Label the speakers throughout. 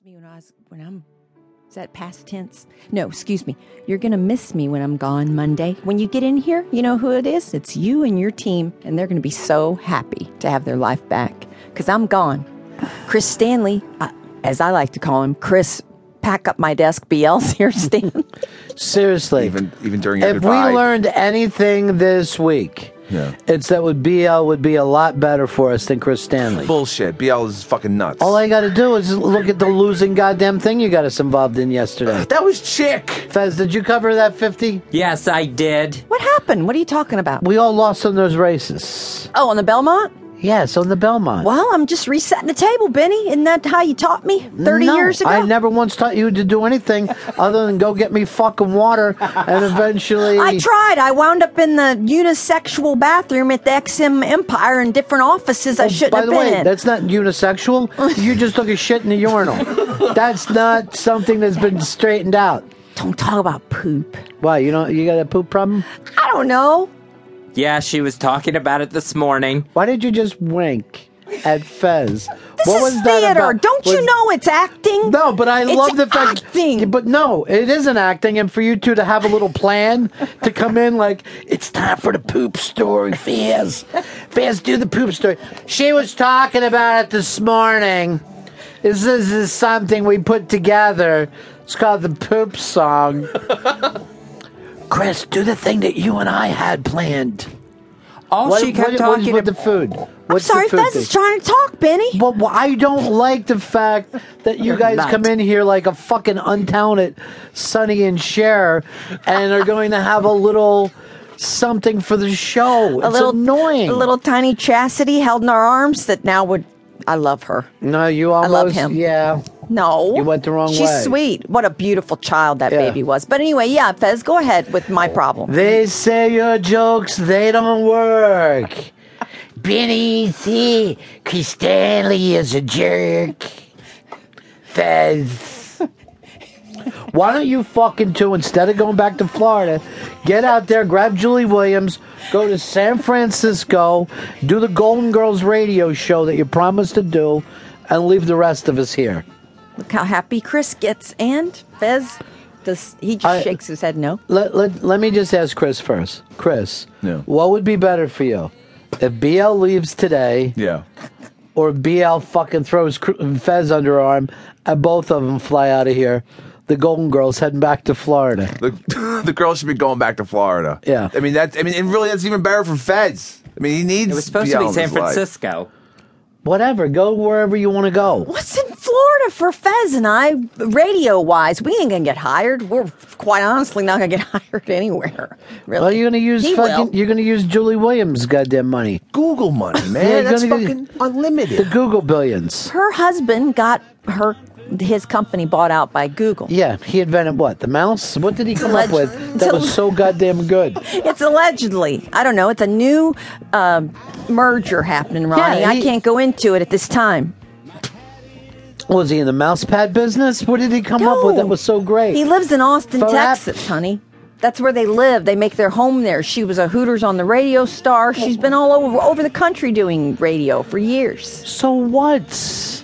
Speaker 1: miss me when I was when I'm is that past tense? No, excuse me. You're gonna miss me when I'm gone Monday. When you get in here, you know who it is? It's you and your team, and they're gonna be so happy to have their life back. Cause I'm gone. Chris Stanley, uh, as I like to call him, Chris, pack up my desk. BL's here, Stan.
Speaker 2: Seriously.
Speaker 3: Even even during your
Speaker 2: if we
Speaker 3: goodbye.
Speaker 2: learned anything this week,
Speaker 3: Yeah.
Speaker 2: it's that would BL would be a lot better for us than Chris Stanley.
Speaker 3: bullshit, BL is fucking nuts.
Speaker 2: All I got to do is look at the losing goddamn thing you got us involved in yesterday.
Speaker 3: that was chick.
Speaker 2: Fez, did you cover that 50?
Speaker 4: Yes, I did.
Speaker 1: what happened? What are you talking about?
Speaker 2: We all lost on those races.
Speaker 1: Oh, on the Belmont?
Speaker 2: Yes, on the Belmont.
Speaker 1: Well, I'm just resetting the table, Benny. Isn't that how you taught me 30
Speaker 2: No,
Speaker 1: years ago?
Speaker 2: I never once taught you to do anything other than go get me fucking water and eventually.
Speaker 1: I tried. I wound up in the unisexual bathroom at the XM Empire in different offices I shouldn't
Speaker 2: Oh, By
Speaker 1: have
Speaker 2: the
Speaker 1: been
Speaker 2: way,
Speaker 1: in.
Speaker 2: that's not unisexual. You just took a shit in the urinal. That's not something that's been straightened out.
Speaker 1: Don't talk about poop.
Speaker 2: Why you don't? You got a poop problem?
Speaker 1: I don't know.
Speaker 4: Yeah, she was talking about it this morning.
Speaker 2: Why did you just wink at Fez?
Speaker 1: This
Speaker 2: what
Speaker 1: is
Speaker 2: was that
Speaker 1: theater.
Speaker 2: about?
Speaker 1: Don't you
Speaker 2: Was-
Speaker 1: know it's acting?
Speaker 2: No, but I
Speaker 1: It's
Speaker 2: love the fact.
Speaker 1: acting.
Speaker 2: But no, it isn't acting. And for you two to have a little plan to come in like it's time for the poop story, Fez. Fez, do the poop story. She was talking about it this morning. This is, is something we put together. It's called the poop song. Chris, do the thing that you and I had planned.
Speaker 4: All
Speaker 2: What,
Speaker 4: she kept
Speaker 2: what, what is
Speaker 4: talking
Speaker 2: with
Speaker 4: about.
Speaker 2: the food?
Speaker 1: I'm
Speaker 2: What's the
Speaker 1: sorry,
Speaker 2: food
Speaker 1: Fez
Speaker 2: thing?
Speaker 1: is trying to talk, Benny.
Speaker 2: But wh- I don't like the fact that you guys come in here like a fucking untalented Sonny and Cher and are going to have a little something for the show.
Speaker 1: a
Speaker 2: it's
Speaker 1: little
Speaker 2: annoying.
Speaker 1: A little tiny chastity held in our arms that now would. I love her.
Speaker 2: no, you almost.
Speaker 1: love him.
Speaker 2: Yeah.
Speaker 1: No.
Speaker 2: You went the wrong
Speaker 1: She's
Speaker 2: way.
Speaker 1: sweet. What a beautiful child that
Speaker 2: Yeah.
Speaker 1: baby was. But anyway, yeah, Fez, go ahead with my problem.
Speaker 2: They say your jokes, they don't work. Benny C. Chris Stanley is a jerk. Fez. Why don't you fucking two, instead of going back to Florida, get out there, grab Julie Williams, go to San Francisco, do the Golden Girls radio show that you promised to do, and leave the rest of us here.
Speaker 1: Look how happy Chris gets. And Fez, does he just
Speaker 2: I-
Speaker 1: shakes his head no?
Speaker 2: Let, let, let me just ask Chris first. Chris,
Speaker 3: Yeah.
Speaker 2: what would be better for you? If BL leaves today
Speaker 3: Yeah.
Speaker 2: or BL fucking throws Cr- Fez under her arm and both of them fly out of here, the Golden Girls heading back to Florida.
Speaker 3: The, the girl should be going back to Florida.
Speaker 2: Yeah.
Speaker 3: I mean that's I mean and really that's even better for Feds. I mean he needs
Speaker 4: It was supposed to
Speaker 3: BL
Speaker 4: be
Speaker 3: in
Speaker 4: San
Speaker 3: his life.
Speaker 4: Francisco.
Speaker 2: Whatever, go wherever you want to go.
Speaker 1: What's in Florida for Fez and I, radio wise? We ain't gonna get hired. We're quite honestly not gonna get hired anywhere. Really?
Speaker 2: Well, you're gonna use
Speaker 1: He
Speaker 2: fucking.
Speaker 1: will.
Speaker 2: You're gonna use Julie Williams' goddamn money,
Speaker 3: Google money, man.
Speaker 2: you're
Speaker 3: that's
Speaker 2: gonna
Speaker 3: fucking
Speaker 2: get-
Speaker 3: unlimited.
Speaker 2: the Google billions.
Speaker 1: Her husband got her his company bought out by Google.
Speaker 2: Yeah, he invented what? The mouse? What did he come up with that was so goddamn good?
Speaker 1: It's allegedly. I don't know. It's a new um merger happening, Ronnie.
Speaker 2: Yeah,
Speaker 1: I
Speaker 2: he-
Speaker 1: can't go into it at this time.
Speaker 2: Was he in the mouse pad business? What did he come up with that was so great?
Speaker 1: He lives in Austin,
Speaker 2: Faux hap-
Speaker 1: Texas, honey. That's where they live. They make their home there. She was a Hooters on the radio star. She's been all over over the country doing radio for years.
Speaker 2: So what?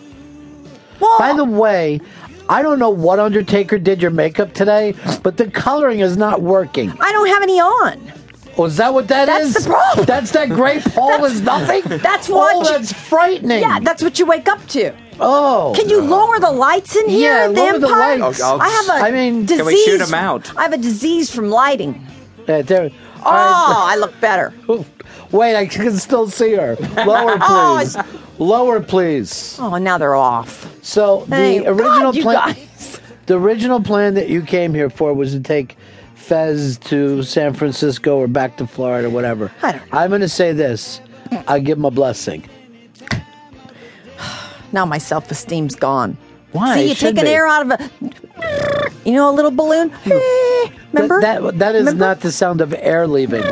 Speaker 1: Well,
Speaker 2: By the way, I don't know what Undertaker did your makeup today, but the coloring is not working.
Speaker 1: I don't have any on.
Speaker 2: Oh, is that what that
Speaker 1: That's
Speaker 2: is?
Speaker 1: the problem.
Speaker 2: That's that great Paul is nothing.
Speaker 1: that's what
Speaker 2: Oh,
Speaker 1: you-
Speaker 2: that's frightening.
Speaker 1: Yeah, that's what you wake up to.
Speaker 2: oh.
Speaker 1: Can you lower the lights in here?
Speaker 2: Yeah,
Speaker 1: at the
Speaker 2: lower the
Speaker 1: Empire?
Speaker 2: lights.
Speaker 3: I'll- I'll-
Speaker 1: I have a
Speaker 2: I mean-
Speaker 1: disease.
Speaker 2: Can
Speaker 4: we shoot 'em out?
Speaker 1: I have a disease from lighting.
Speaker 2: Yeah, there-
Speaker 1: Oh,
Speaker 2: all
Speaker 1: I look better.
Speaker 2: right. Wait, I can still see her. Lower,
Speaker 1: Ah. Oh,
Speaker 2: please. Lower, please.
Speaker 1: Oh, now they're off.
Speaker 2: So the
Speaker 1: Thank
Speaker 2: original
Speaker 1: God, you
Speaker 2: plan,
Speaker 1: guys.
Speaker 2: the original plan that you came here for was to take Fez to San Francisco or back to Florida, whatever.
Speaker 1: I don't
Speaker 2: I'm going to say this: I give him a blessing.
Speaker 1: Now my self esteem's gone.
Speaker 2: Why?
Speaker 1: See, you
Speaker 2: It should
Speaker 1: take an
Speaker 2: be.
Speaker 1: air out of a, you know, a little balloon. Eh, Remember?
Speaker 2: That, that- that is
Speaker 1: Remember?
Speaker 2: not the sound of air leaving.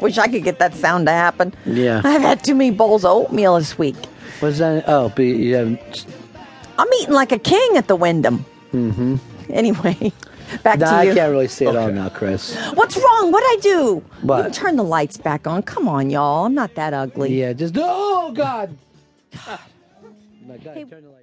Speaker 1: Wish I could get that sound to happen.
Speaker 2: Yeah.
Speaker 1: I've had too many bowls of oatmeal this week.
Speaker 2: Was that? Oh, but you haven't.
Speaker 1: I'm eating like a king at the Wyndham. Mm-hmm. Anyway, back
Speaker 2: Nah,
Speaker 1: to
Speaker 2: I
Speaker 1: you.
Speaker 2: can't really see it all now, Chris.
Speaker 1: What's wrong? What'd I do?
Speaker 2: What?
Speaker 1: You can turn the lights back on. Come on, y'all. I'm not that ugly.
Speaker 2: Yeah, just oh god. Oh my god,
Speaker 1: Hey-
Speaker 2: turn the light.